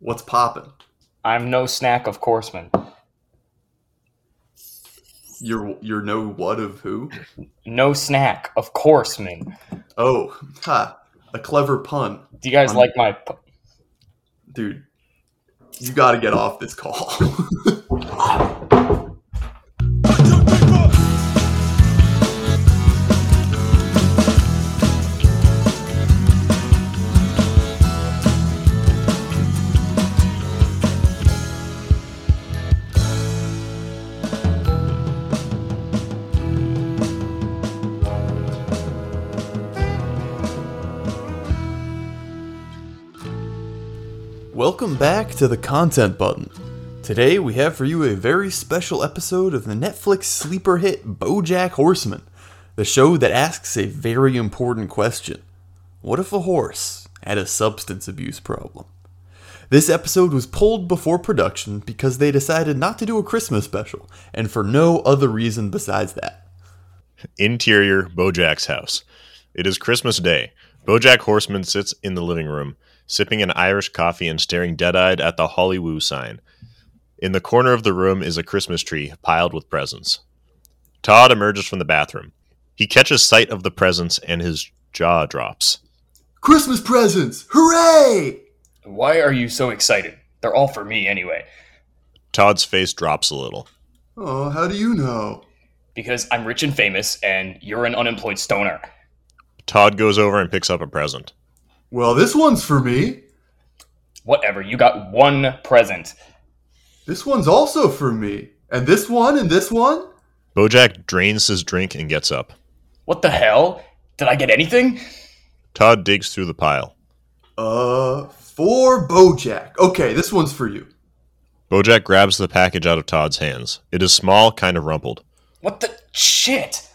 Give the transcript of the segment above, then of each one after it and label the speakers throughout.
Speaker 1: What's poppin'?
Speaker 2: I'm no snack of courseman.
Speaker 1: You're you're no what of who?
Speaker 2: No snack of courseman.
Speaker 1: Oh, ha! A clever pun,
Speaker 2: Do you guys
Speaker 1: I'm-
Speaker 2: like my? P-
Speaker 1: dude. You got to get off this call. Welcome back to the content button. Today we have for you a very special episode of the Netflix sleeper hit BoJack Horseman, the show that asks a very important question. What if a horse had a substance abuse problem? This episode was pulled before production because they decided not to do a Christmas special, and for no other reason besides that.
Speaker 3: Interior Bojack's house. It is Christmas Day. Bojack Horseman sits in the living room, sipping an Irish coffee and staring dead eyed at the Holly Woo sign. In the corner of the room is a Christmas tree piled with presents. Todd emerges from the bathroom. He catches sight of the presents and his jaw drops.
Speaker 1: Christmas presents! Hooray!
Speaker 2: Why are you so excited? They're all for me anyway,
Speaker 3: Todd's face drops a little.
Speaker 1: Oh, how do you know?
Speaker 2: because I'm rich and famous, and you're an unemployed stoner.
Speaker 3: Todd goes over and picks up a present.
Speaker 1: Well, this one's for me.
Speaker 2: Whatever. You got one present.
Speaker 1: This one's also for me. And this one and this one?
Speaker 3: Bojack drains his drink and gets up.
Speaker 2: What the hell? Did I get anything?
Speaker 3: Todd digs through the pile.
Speaker 1: Uh, for Bojack. Okay, this one's for you.
Speaker 3: Bojack grabs the package out of Todd's hands. It is small, kind of rumpled.
Speaker 2: What the shit?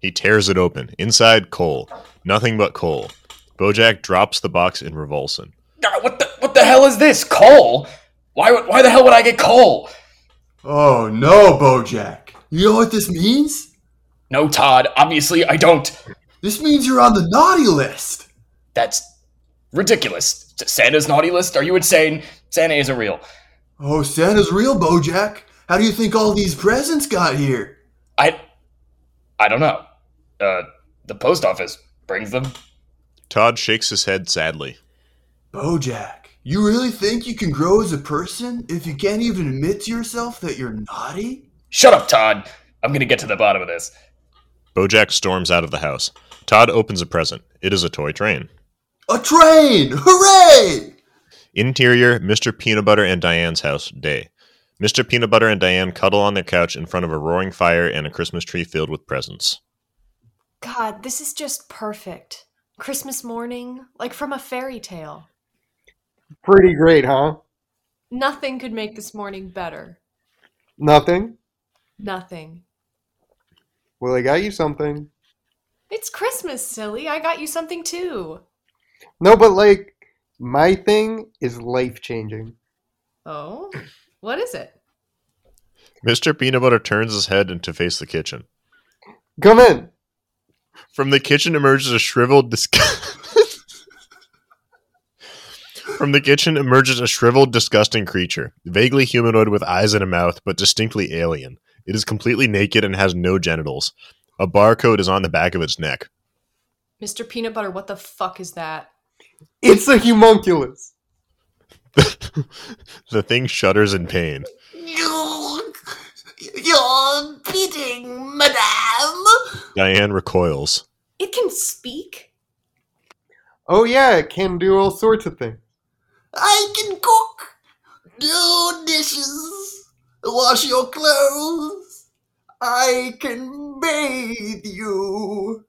Speaker 3: He tears it open. Inside, coal. Nothing but coal. Bojack drops the box in revulsion.
Speaker 2: Ah, What the what the hell is this? Coal? Why would- why the hell would I get coal?
Speaker 1: Oh no, Bojack. You know what this means?
Speaker 2: No, Todd. Obviously, I don't.
Speaker 1: This means you're on the naughty list.
Speaker 2: That's ridiculous. Santa's naughty list? Are you insane? Santa isn't real.
Speaker 1: Oh, Santa's real, Bojack. How do you think all these presents got here?
Speaker 2: I I don't know. Uh, the post office brings them.
Speaker 3: Todd shakes his head sadly.
Speaker 1: Bojack, you really think you can grow as a person if you can't even admit to yourself that you're naughty?
Speaker 2: Shut up, Todd. I'm gonna get to the bottom of this.
Speaker 3: Bojack storms out of the house. Todd opens a present. It is a toy train.
Speaker 1: A train! Hooray!
Speaker 3: Interior Mr. Peanut Butter and Diane's house, day. Mr. Peanut Butter and Diane cuddle on their couch in front of a roaring fire and a Christmas tree filled with presents.
Speaker 4: God, this is just perfect. Christmas morning, like from a fairy tale.
Speaker 5: Pretty great, huh?
Speaker 4: Nothing could make this morning better.
Speaker 5: Nothing?
Speaker 4: Nothing.
Speaker 5: Well, I got you something.
Speaker 4: It's Christmas, silly. I got you something too.
Speaker 5: No, but like, my thing is life changing.
Speaker 4: Oh, what is it?
Speaker 3: Mr. Peanut Butter turns his head and to face the kitchen.
Speaker 5: Come in.
Speaker 3: From the kitchen emerges a shriveled disgust. From the kitchen emerges a shriveled, disgusting creature, vaguely humanoid with eyes and a mouth, but distinctly alien. It is completely naked and has no genitals. A barcode is on the back of its neck.
Speaker 4: Mr. Peanut Butter, what the fuck is that?
Speaker 5: It's a homunculus.
Speaker 3: the thing shudders in pain.
Speaker 6: You're bidding, madame.
Speaker 3: Diane recoils.
Speaker 4: It can speak?
Speaker 5: Oh, yeah, it can do all sorts of things.
Speaker 6: I can cook, do dishes, wash your clothes. I can bathe you.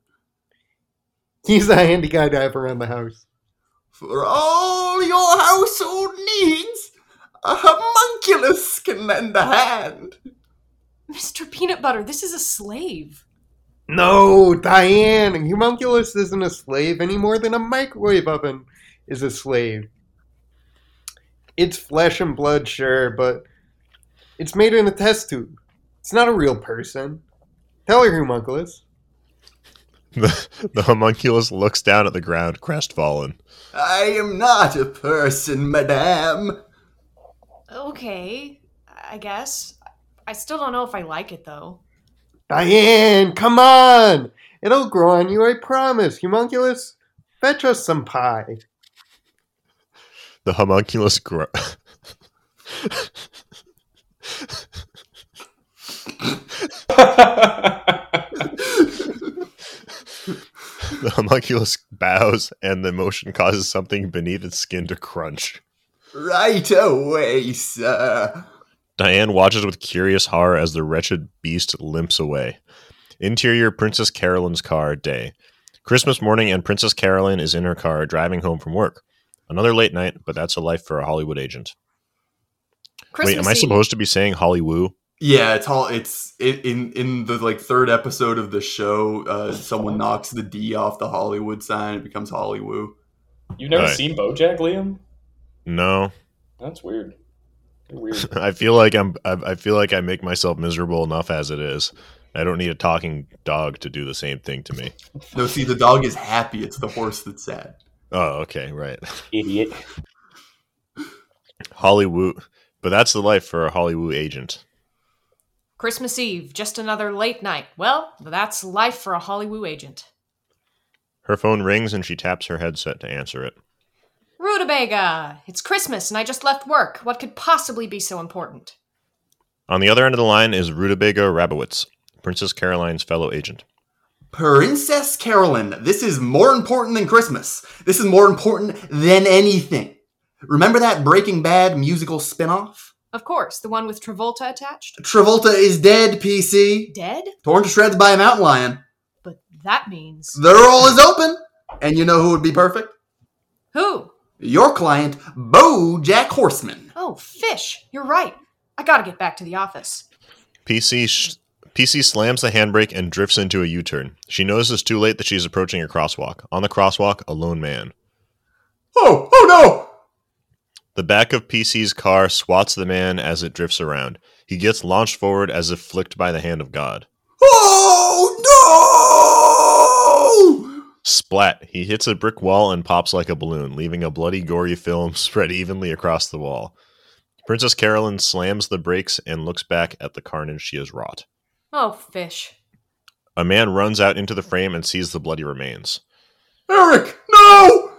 Speaker 5: He's a handy guy to have around the house.
Speaker 6: For all your household needs, a homunculus can lend a hand.
Speaker 4: Mr. Peanut Butter, this is a slave.
Speaker 5: No, Diane, a homunculus isn't a slave any more than a microwave oven is a slave. It's flesh and blood, sure, but it's made in a test tube. It's not a real person. Tell her, homunculus.
Speaker 3: The, the homunculus looks down at the ground, crestfallen.
Speaker 1: I am not a person, madame.
Speaker 4: Okay, I guess. I still don't know if I like it though.
Speaker 5: Diane, come on! It'll grow on you, I promise. Humunculus, fetch us some pie.
Speaker 3: The homunculus gro- the homunculus bows, and the motion causes something beneath its skin to crunch.
Speaker 1: Right away, sir.
Speaker 3: Diane watches with curious horror as the wretched beast limps away. Interior Princess Carolyn's car day. Christmas morning, and Princess Carolyn is in her car driving home from work. Another late night, but that's a life for a Hollywood agent.
Speaker 4: Christmas
Speaker 3: Wait, am I
Speaker 4: Eve.
Speaker 3: supposed to be saying Hollywood?
Speaker 7: Yeah, it's all it's in in, in the like third episode of the show. Uh, someone knocks the D off the Hollywood sign. It becomes Hollywood.
Speaker 2: You've never
Speaker 3: Alright.
Speaker 2: seen BoJack, Liam?
Speaker 3: No,
Speaker 2: That's weird. You're weird.
Speaker 3: I feel like I'm. I, I feel like I make myself miserable enough as it is. I don't need a talking dog to do the same thing to me.
Speaker 7: No, see, the dog is happy. It's the horse that's sad.
Speaker 3: Oh, okay, right.
Speaker 2: Idiot.
Speaker 3: Hollywood, but that's the life for a Hollywood agent.
Speaker 4: Christmas Eve, just another late night. Well, that's life for a Hollywood agent.
Speaker 3: Her phone rings and she taps her headset to answer it.
Speaker 4: Rutabaga! It's Christmas and I just left work. What could possibly be so important?
Speaker 3: On the other end of the line is Rutabaga Rabowitz, Princess Caroline's fellow agent.
Speaker 1: Princess Carolyn, this is more important than Christmas. This is more important than anything. Remember that Breaking Bad musical spinoff?
Speaker 4: Of course, the one with Travolta attached.
Speaker 1: Travolta is dead, PC.
Speaker 4: Dead?
Speaker 1: Torn to shreds by a mountain lion.
Speaker 4: But that means.
Speaker 1: The roll is open. And you know who would be perfect?
Speaker 4: Who?
Speaker 1: Your client, Bo Jack Horseman.
Speaker 4: Oh, fish! You're right. I gotta get back to the office.
Speaker 3: PC sh- PC slams the handbrake and drifts into a U-turn. She notices too late that she's approaching a crosswalk. On the crosswalk, a lone man.
Speaker 1: Oh, oh no!
Speaker 3: The back of PC's car swats the man as it drifts around. He gets launched forward as if flicked by the hand of God.
Speaker 1: Oh no!
Speaker 3: Splat! He hits a brick wall and pops like a balloon, leaving a bloody, gory film spread evenly across the wall. Princess Carolyn slams the brakes and looks back at the carnage she has wrought.
Speaker 4: Oh, fish.
Speaker 3: A man runs out into the frame and sees the bloody remains.
Speaker 1: Eric, no!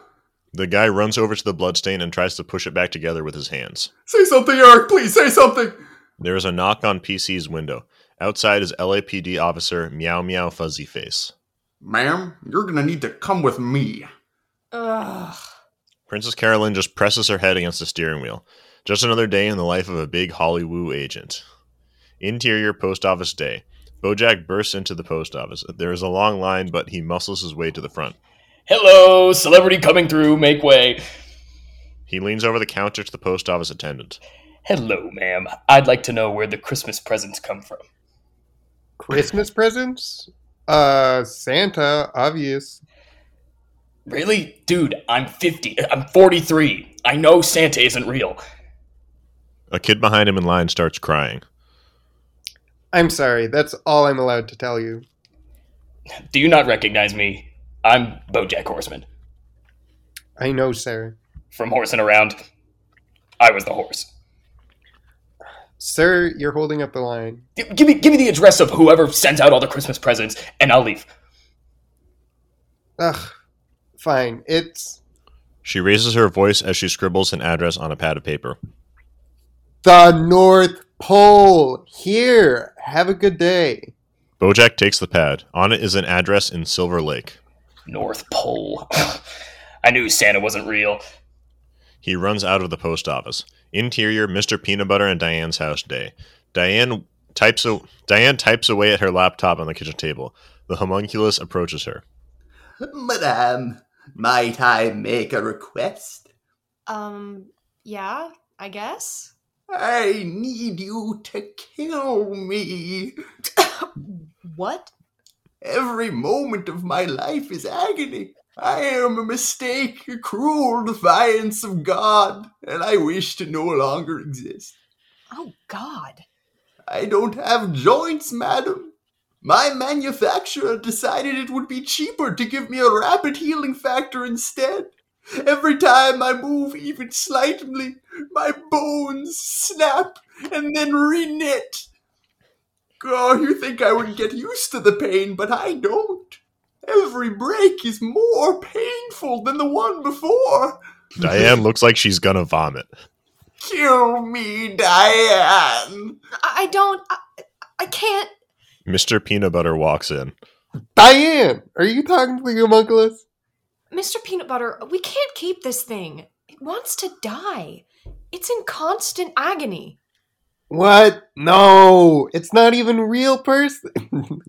Speaker 3: The guy runs over to the bloodstain and tries to push it back together with his hands.
Speaker 1: Say something, Eric, please say something!
Speaker 3: There is a knock on PC's window. Outside is LAPD officer Meow Meow Fuzzy Face.
Speaker 1: Ma'am, you're gonna need to come with me.
Speaker 4: Ugh.
Speaker 3: Princess Carolyn just presses her head against the steering wheel. Just another day in the life of a big Hollywood agent. Interior post office day. Bojack bursts into the post office. There is a long line, but he muscles his way to the front.
Speaker 2: Hello, celebrity coming through, make way.
Speaker 3: He leans over the counter to the post office attendant.
Speaker 2: Hello, ma'am. I'd like to know where the Christmas presents come from.
Speaker 5: Christmas presents? Uh, Santa, obvious.
Speaker 2: Really? Dude, I'm 50. I'm 43. I know Santa isn't real.
Speaker 3: A kid behind him in line starts crying.
Speaker 5: I'm sorry, that's all I'm allowed to tell you.
Speaker 2: Do you not recognize me? I'm Bojack Horseman
Speaker 5: I know, sir.
Speaker 2: from Horsing Around. I was the horse.
Speaker 5: Sir, you're holding up the line.
Speaker 2: G- Give me, give me the address of whoever sent out all the Christmas presents, and I'll leave.
Speaker 5: Ugh, fine. It's
Speaker 3: She raises her voice as she scribbles an address on a pad of paper.
Speaker 5: the North Pole. Here, have a good day.
Speaker 3: Bojack takes the pad. On it is an address in Silver Lake.
Speaker 2: North Pole. I knew Santa wasn't real.
Speaker 3: He runs out of the post office. Interior Mr. Peanut Butter and Diane's house day. Diane types a- Diane types away at her laptop on the kitchen table. The homunculus approaches her.
Speaker 1: Madame, might I make a request?
Speaker 4: Um, yeah, I guess?
Speaker 1: I need you to kill me.
Speaker 4: What?
Speaker 1: Every moment of my life is agony. I am a mistake, a cruel defiance of God, and I wish to no longer exist.
Speaker 4: Oh, God.
Speaker 1: I don't have joints, madam. My manufacturer decided it would be cheaper to give me a rapid healing factor instead. Every time I move even slightly, my bones snap and then reknit. Oh, you think I would get used to the pain, but I don't. Every break is more painful than the one before.
Speaker 3: Diane looks like she's gonna vomit.
Speaker 1: Kill me, Diane.
Speaker 4: I I don't. I, I can't.
Speaker 3: Mr. Peanut Butter walks in.
Speaker 5: Diane, are you talking to the homunculus?
Speaker 4: Mr. Peanut Butter, we can't keep this thing. It wants to die. It's in constant agony.
Speaker 5: What? No, it's not even a real person.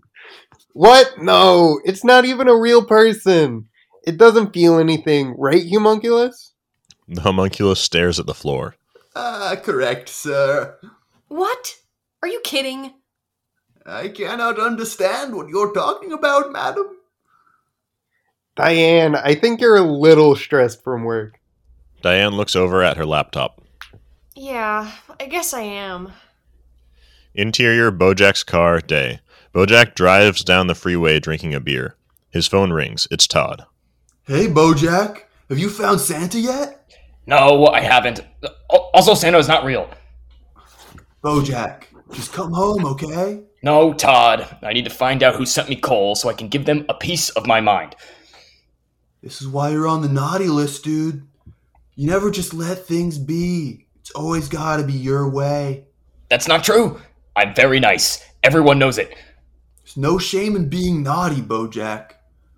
Speaker 5: what? No, it's not even a real person. It doesn't feel anything, right, homunculus?
Speaker 3: The homunculus stares at the floor.
Speaker 1: Ah, correct, sir.
Speaker 4: What? Are you kidding?
Speaker 1: I cannot understand what you're talking about, madam.
Speaker 5: Diane, I think you're a little stressed from work.
Speaker 3: Diane looks over at her laptop.
Speaker 4: Yeah, I guess I am.
Speaker 3: Interior Bojack's car, day. Bojack drives down the freeway drinking a beer. His phone rings. It's Todd.
Speaker 1: Hey, Bojack, have you found Santa yet?
Speaker 2: No, I haven't. Al- Also, Santa is not real.
Speaker 1: Bojack, just come home, okay?
Speaker 2: No, Todd. I need to find out who sent me coal so I can give them a piece of my mind.
Speaker 1: This is why you're on the naughty list, dude. You never just let things be. It's always gotta be your way.
Speaker 2: That's not true. I'm very nice. Everyone knows it.
Speaker 1: There's no shame in being naughty, Bojack.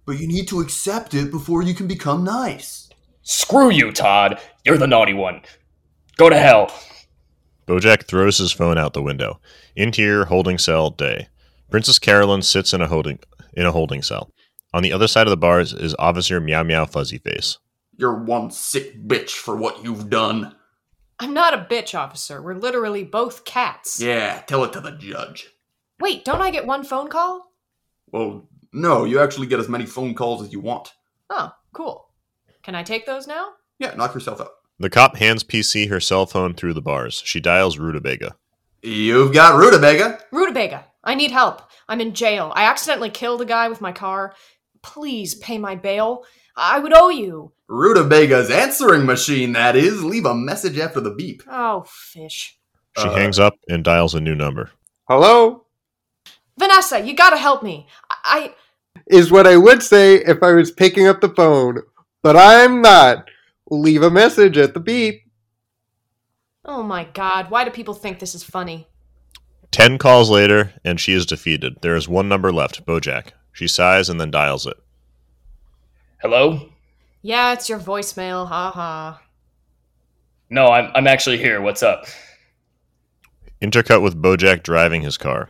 Speaker 1: But you need to accept it before you can become nice.
Speaker 2: Screw you, Todd. You're the naughty one. Go to hell.
Speaker 3: Bojack throws his phone out the window. Interior holding cell, day. Princess Carolyn sits in a holding in a holding cell. On the other side of the bars is Officer Meow Meow Fuzzy Face.
Speaker 1: You're one sick bitch for what you've done.
Speaker 4: I'm not a bitch, officer. We're literally both cats.
Speaker 1: Yeah, tell it to the judge.
Speaker 4: Wait, don't I get one phone call?
Speaker 1: Well, no, you actually get as many phone calls as you want.
Speaker 4: Oh, cool. Can I take those now?
Speaker 1: Yeah, knock yourself out.
Speaker 3: The cop hands PC her cell phone through the bars. She dials Rutabaga.
Speaker 1: You've got rutabaga.
Speaker 4: Rutabaga, I need help. I'm in jail. I accidentally killed a guy with my car. Please pay my bail. I would owe you.
Speaker 1: Rutabaga's answering machine, that is. Leave a message after the beep.
Speaker 4: Oh, fish.
Speaker 3: She
Speaker 1: Uh.
Speaker 3: hangs up and dials a new number.
Speaker 5: Hello?
Speaker 4: Vanessa, you gotta help me. I.
Speaker 5: Is what I would say if I was picking up the phone, but I'm not. Leave a message at the beep.
Speaker 4: I oh my god, why do people think this is funny?
Speaker 3: Ten calls later, and she is defeated. There is one number left, Bojack. She sighs and then dials it.
Speaker 2: Hello?
Speaker 4: Yeah, it's your voicemail, haha.
Speaker 2: No, I'm, I'm actually here. What's up?
Speaker 3: Intercut with Bojack driving his car.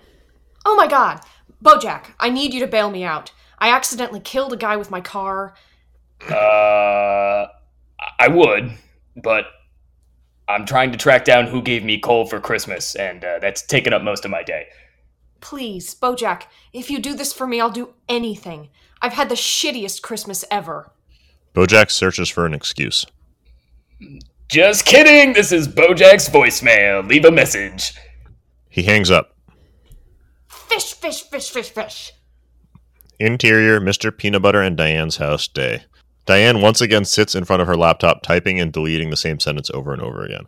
Speaker 4: Oh my god! Bojack, I need you to bail me out. I accidentally killed a guy with my car.
Speaker 2: Uh, I would, but I'm trying to track down who gave me coal for Christmas, and uh, that's taken up most of my day.
Speaker 4: Please, Bojack, if you do this for me, I'll do anything. I've had the shittiest Christmas ever.
Speaker 3: Bojack searches for an excuse.
Speaker 2: Just kidding! This is Bojack's voicemail. Leave a message.
Speaker 3: He hangs up.
Speaker 4: Fish, fish, fish, fish, fish.
Speaker 3: Interior, Mr. Peanut Butter and Diane's house, day. Diane once again sits in front of her laptop, typing and deleting the same sentence over and over again.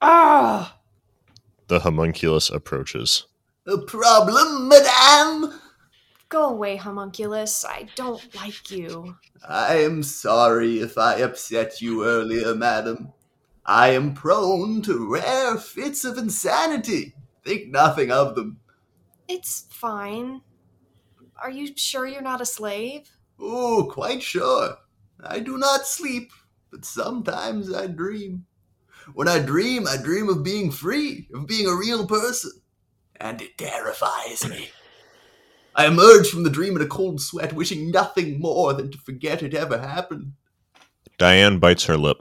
Speaker 4: Ah!
Speaker 3: The homunculus approaches.
Speaker 1: A problem, madame?
Speaker 4: Go away, homunculus. I don't like you.
Speaker 1: I am sorry if I upset you earlier, madam. I am prone to rare fits of insanity. Think nothing of them.
Speaker 4: It's fine. Are you sure you're not a slave?
Speaker 1: Oh, quite sure. I do not sleep, but sometimes I dream. When I dream, I dream of being free, of being a real person. And it terrifies me. I emerge from the dream in a cold sweat, wishing nothing more than to forget it ever happened.
Speaker 3: Diane bites her lip.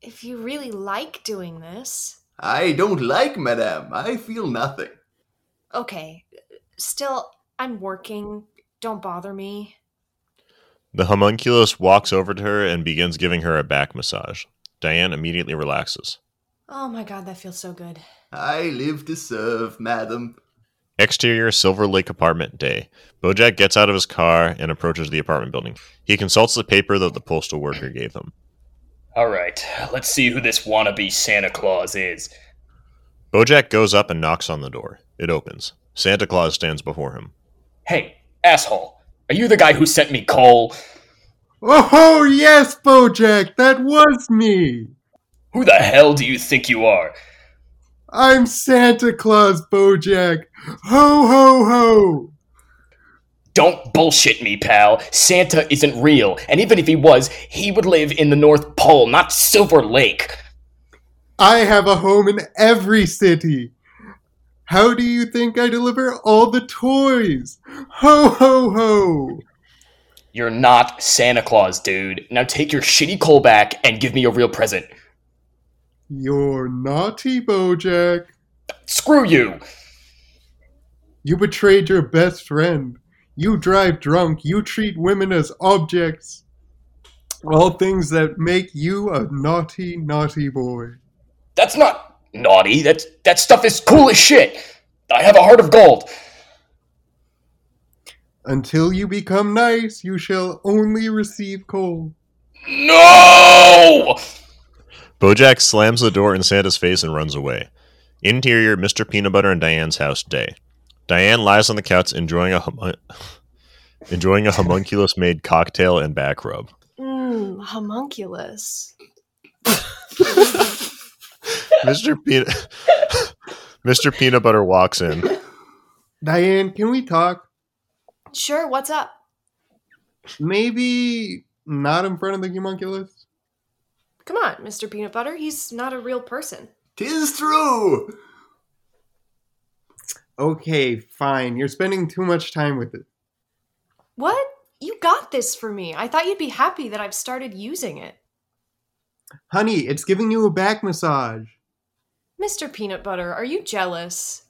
Speaker 4: If you really like doing this.
Speaker 1: I don't like Madame. I feel nothing.
Speaker 4: Okay. Still, I'm working. Don't bother me.
Speaker 3: The homunculus walks over to her and begins giving her a back massage. Diane immediately relaxes.
Speaker 4: Oh my god, that feels so good.
Speaker 1: I live to serve, Madame.
Speaker 3: Exterior Silver Lake apartment day. Bojack gets out of his car and approaches the apartment building. He consults the paper that the postal worker gave him.
Speaker 2: All right, let's see who this wannabe Santa Claus is.
Speaker 3: Bojack goes up and knocks on the door. It opens. Santa Claus stands before him.
Speaker 2: Hey, asshole, are you the guy who sent me coal?
Speaker 5: Oh, yes, Bojack, that was me.
Speaker 2: Who the hell do you think you are?
Speaker 5: I'm Santa Claus, Bojack. Ho, ho, ho.
Speaker 2: Don't bullshit me, pal. Santa isn't real, and even if he was, he would live in the North Pole, not Silver Lake.
Speaker 5: I have a home in every city. How do you think I deliver all the toys? Ho, ho, ho.
Speaker 2: You're not Santa Claus, dude. Now take your shitty coal back and give me a real present.
Speaker 5: You're naughty, Bojack.
Speaker 2: Screw you!
Speaker 5: You betrayed your best friend. You drive drunk. You treat women as objects. All things that make you a naughty, naughty boy.
Speaker 2: That's not naughty. That's, that stuff is cool as shit. I have a heart of gold.
Speaker 5: Until you become nice, you shall only receive coal.
Speaker 2: No!
Speaker 3: Bojack slams the door in Santa's face and runs away. Interior Mr. Peanut Butter and Diane's house day. Diane lies on the couch enjoying a hum- enjoying a homunculus made cocktail and back rub.
Speaker 4: Mmm, homunculus.
Speaker 3: Mr. Peanut Mr. Peanut Butter walks in.
Speaker 5: Diane, can we talk?
Speaker 4: Sure, what's up?
Speaker 5: Maybe not in front of the homunculus?
Speaker 4: Come on, Mr. Peanut Butter. He's not a real person.
Speaker 1: Tis true.
Speaker 5: Okay, fine. You're spending too much time with it.
Speaker 4: What? You got this for me. I thought you'd be happy that I've started using it.
Speaker 5: Honey, it's giving you a back massage.
Speaker 4: Mr. Peanut Butter, are you jealous?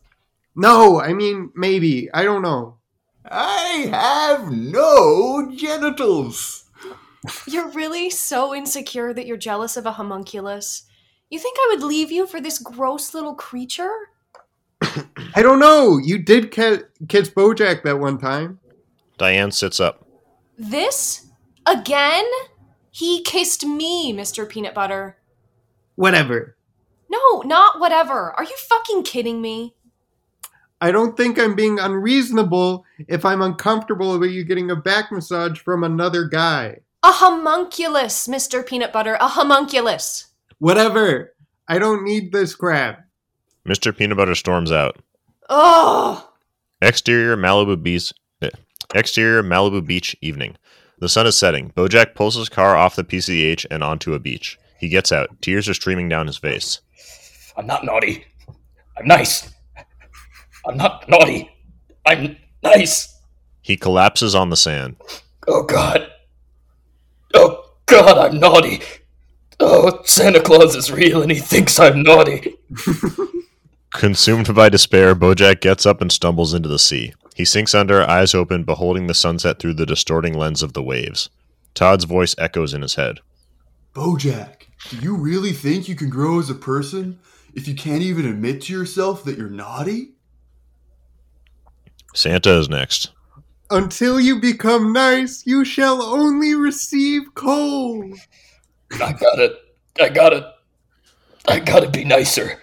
Speaker 5: No, I mean, maybe. I don't know.
Speaker 1: I have no genitals.
Speaker 4: You're really so insecure that you're jealous of a homunculus. You think I would leave you for this gross little creature?
Speaker 5: I don't know. You did ca- kiss Bojack that one time.
Speaker 3: Diane sits up.
Speaker 4: This? Again? He kissed me, Mr. Peanut Butter.
Speaker 5: Whatever.
Speaker 4: No, not whatever. Are you fucking kidding me?
Speaker 5: I don't think I'm being unreasonable if I'm uncomfortable about you getting a back massage from another guy.
Speaker 4: A homunculus, Mr. Peanut Butter, a homunculus.
Speaker 5: Whatever. I don't need this crap.
Speaker 3: Mr. Peanut Butter storms out.
Speaker 4: Ugh!
Speaker 3: Exterior Malibu Beach. eh, Exterior Malibu Beach evening. The sun is setting. Bojack pulls his car off the PCH and onto a beach. He gets out. Tears are streaming down his face.
Speaker 2: I'm not naughty. I'm nice. I'm not naughty. I'm nice.
Speaker 3: He collapses on the sand.
Speaker 2: Oh god. Oh god, I'm naughty. Oh, Santa Claus is real and he thinks I'm naughty.
Speaker 3: Consumed by despair, Bojack gets up and stumbles into the sea. He sinks under, eyes open, beholding the sunset through the distorting lens of the waves. Todd's voice echoes in his head.
Speaker 1: Bojack, do you really think you can grow as a person if you can't even admit to yourself that you're naughty?
Speaker 3: Santa is next.
Speaker 5: Until you become nice, you shall only receive coal.
Speaker 2: I gotta, I gotta, I gotta be nicer.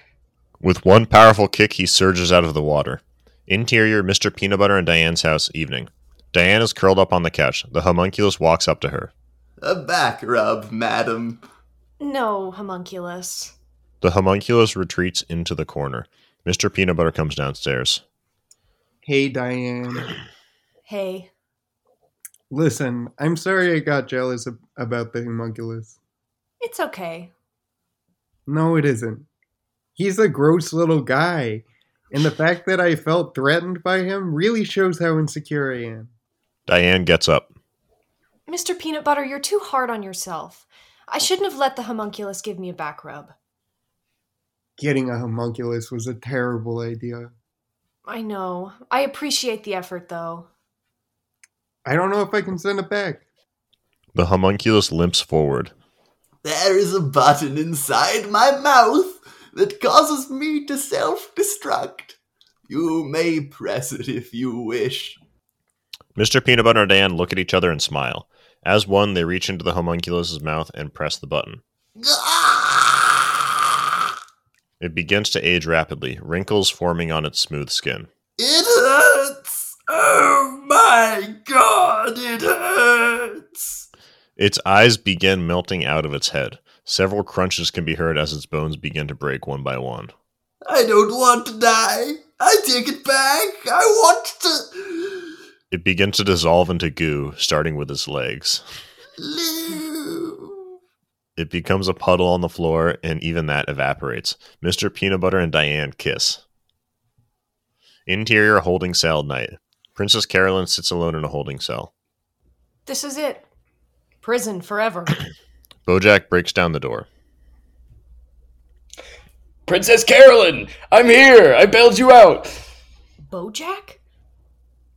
Speaker 3: With one powerful kick, he surges out of the water. Interior Mr. Peanut Butter and Diane's house, evening. Diane is curled up on the couch. The homunculus walks up to her.
Speaker 1: A back rub, madam.
Speaker 4: No, homunculus.
Speaker 3: The homunculus retreats into the corner. Mr. Peanut Butter comes downstairs.
Speaker 5: Hey, Diane.
Speaker 4: Hey.
Speaker 5: Listen, I'm sorry I got jealous ab- about the homunculus.
Speaker 4: It's okay.
Speaker 5: No, it isn't. He's a gross little guy, and the fact that I felt threatened by him really shows how insecure I am.
Speaker 3: Diane gets up.
Speaker 4: Mr. Peanut Butter, you're too hard on yourself. I shouldn't have let the homunculus give me a back rub.
Speaker 5: Getting a homunculus was a terrible idea.
Speaker 4: I know. I appreciate the effort, though.
Speaker 5: I don't know if I can send it back.
Speaker 3: The homunculus limps forward.
Speaker 1: There is a button inside my mouth that causes me to self destruct. You may press it if you wish.
Speaker 3: Mr. Peanut Butter and Dan look at each other and smile. As one, they reach into the homunculus's mouth and press the button.
Speaker 1: Ah!
Speaker 3: It begins to age rapidly, wrinkles forming on its smooth skin.
Speaker 1: It hurts! Oh my god, it hurts!
Speaker 3: Its eyes begin melting out of its head. Several crunches can be heard as its bones begin to break one by one.
Speaker 1: I don't want to die. I take it back. I want to
Speaker 3: It begins to dissolve into goo, starting with its legs.
Speaker 1: live.
Speaker 3: It becomes a puddle on the floor, and even that evaporates. Mr. Peanut Butter and Diane kiss. Interior holding cell night. Princess Carolyn sits alone in a holding cell.
Speaker 4: This is it. Prison forever.
Speaker 3: Bojack breaks down the door.
Speaker 2: Princess Carolyn, I'm here. I bailed you out.
Speaker 4: Bojack?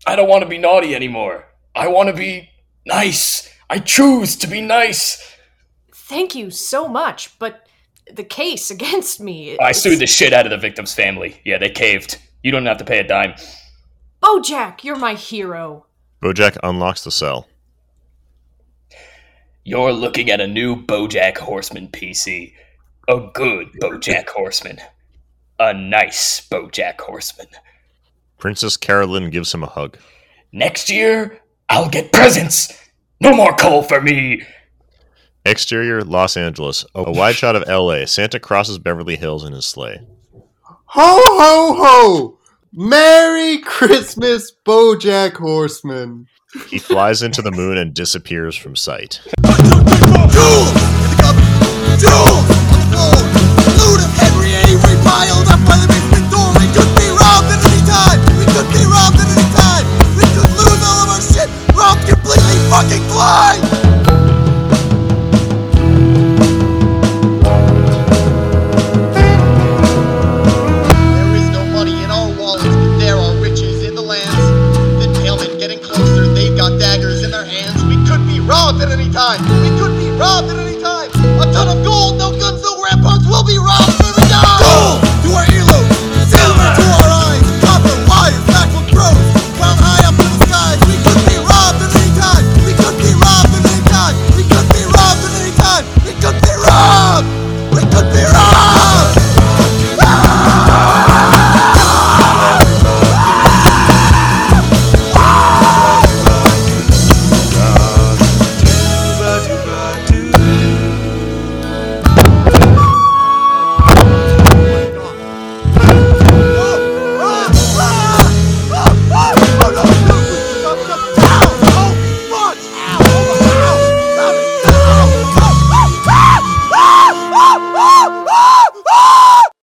Speaker 2: I don't want to be naughty anymore. I want to be nice. I choose to be nice.
Speaker 4: Thank you so much, but the case against me.
Speaker 2: I
Speaker 4: it's-
Speaker 2: sued the shit out of the victim's family. Yeah, they caved. You don't have to pay a dime.
Speaker 4: Bojack, you're my hero.
Speaker 3: Bojack unlocks the cell.
Speaker 2: You're looking at a new Bojack Horseman PC. A good Bojack Horseman. A nice Bojack Horseman.
Speaker 3: Princess Carolyn gives him a hug.
Speaker 2: Next year, I'll get presents. No more coal for me.
Speaker 3: Exterior, Los Angeles. A wide shot of LA. Santa crosses Beverly Hills in his sleigh.
Speaker 5: Ho ho ho! Merry Christmas, Bojack Horseman.
Speaker 3: He flies into the moon and disappears from sight.
Speaker 8: Jules! In the cup! Jules! On the road! Loot of Henry A. Repiled up by the basement door! We could be robbed at any time! We could be robbed at any time! We could lose all of our shit! Robbed completely fucking blind! There is no money in our wallets, but there are riches in the lands. The tailmen getting closer, they've got daggers in their hands. We could be robbed at any time. We could be robbed at any time. A ton of gold, no guns, no ramparts. We'll be robbed every time. Gold to our earlobes, silver to our eyes, copper wires back from crows, crowned high up in the skies. We could be robbed at any time. We could be robbed at any time. We could be robbed at any time. We could be robbed. We could be robbed. Ah!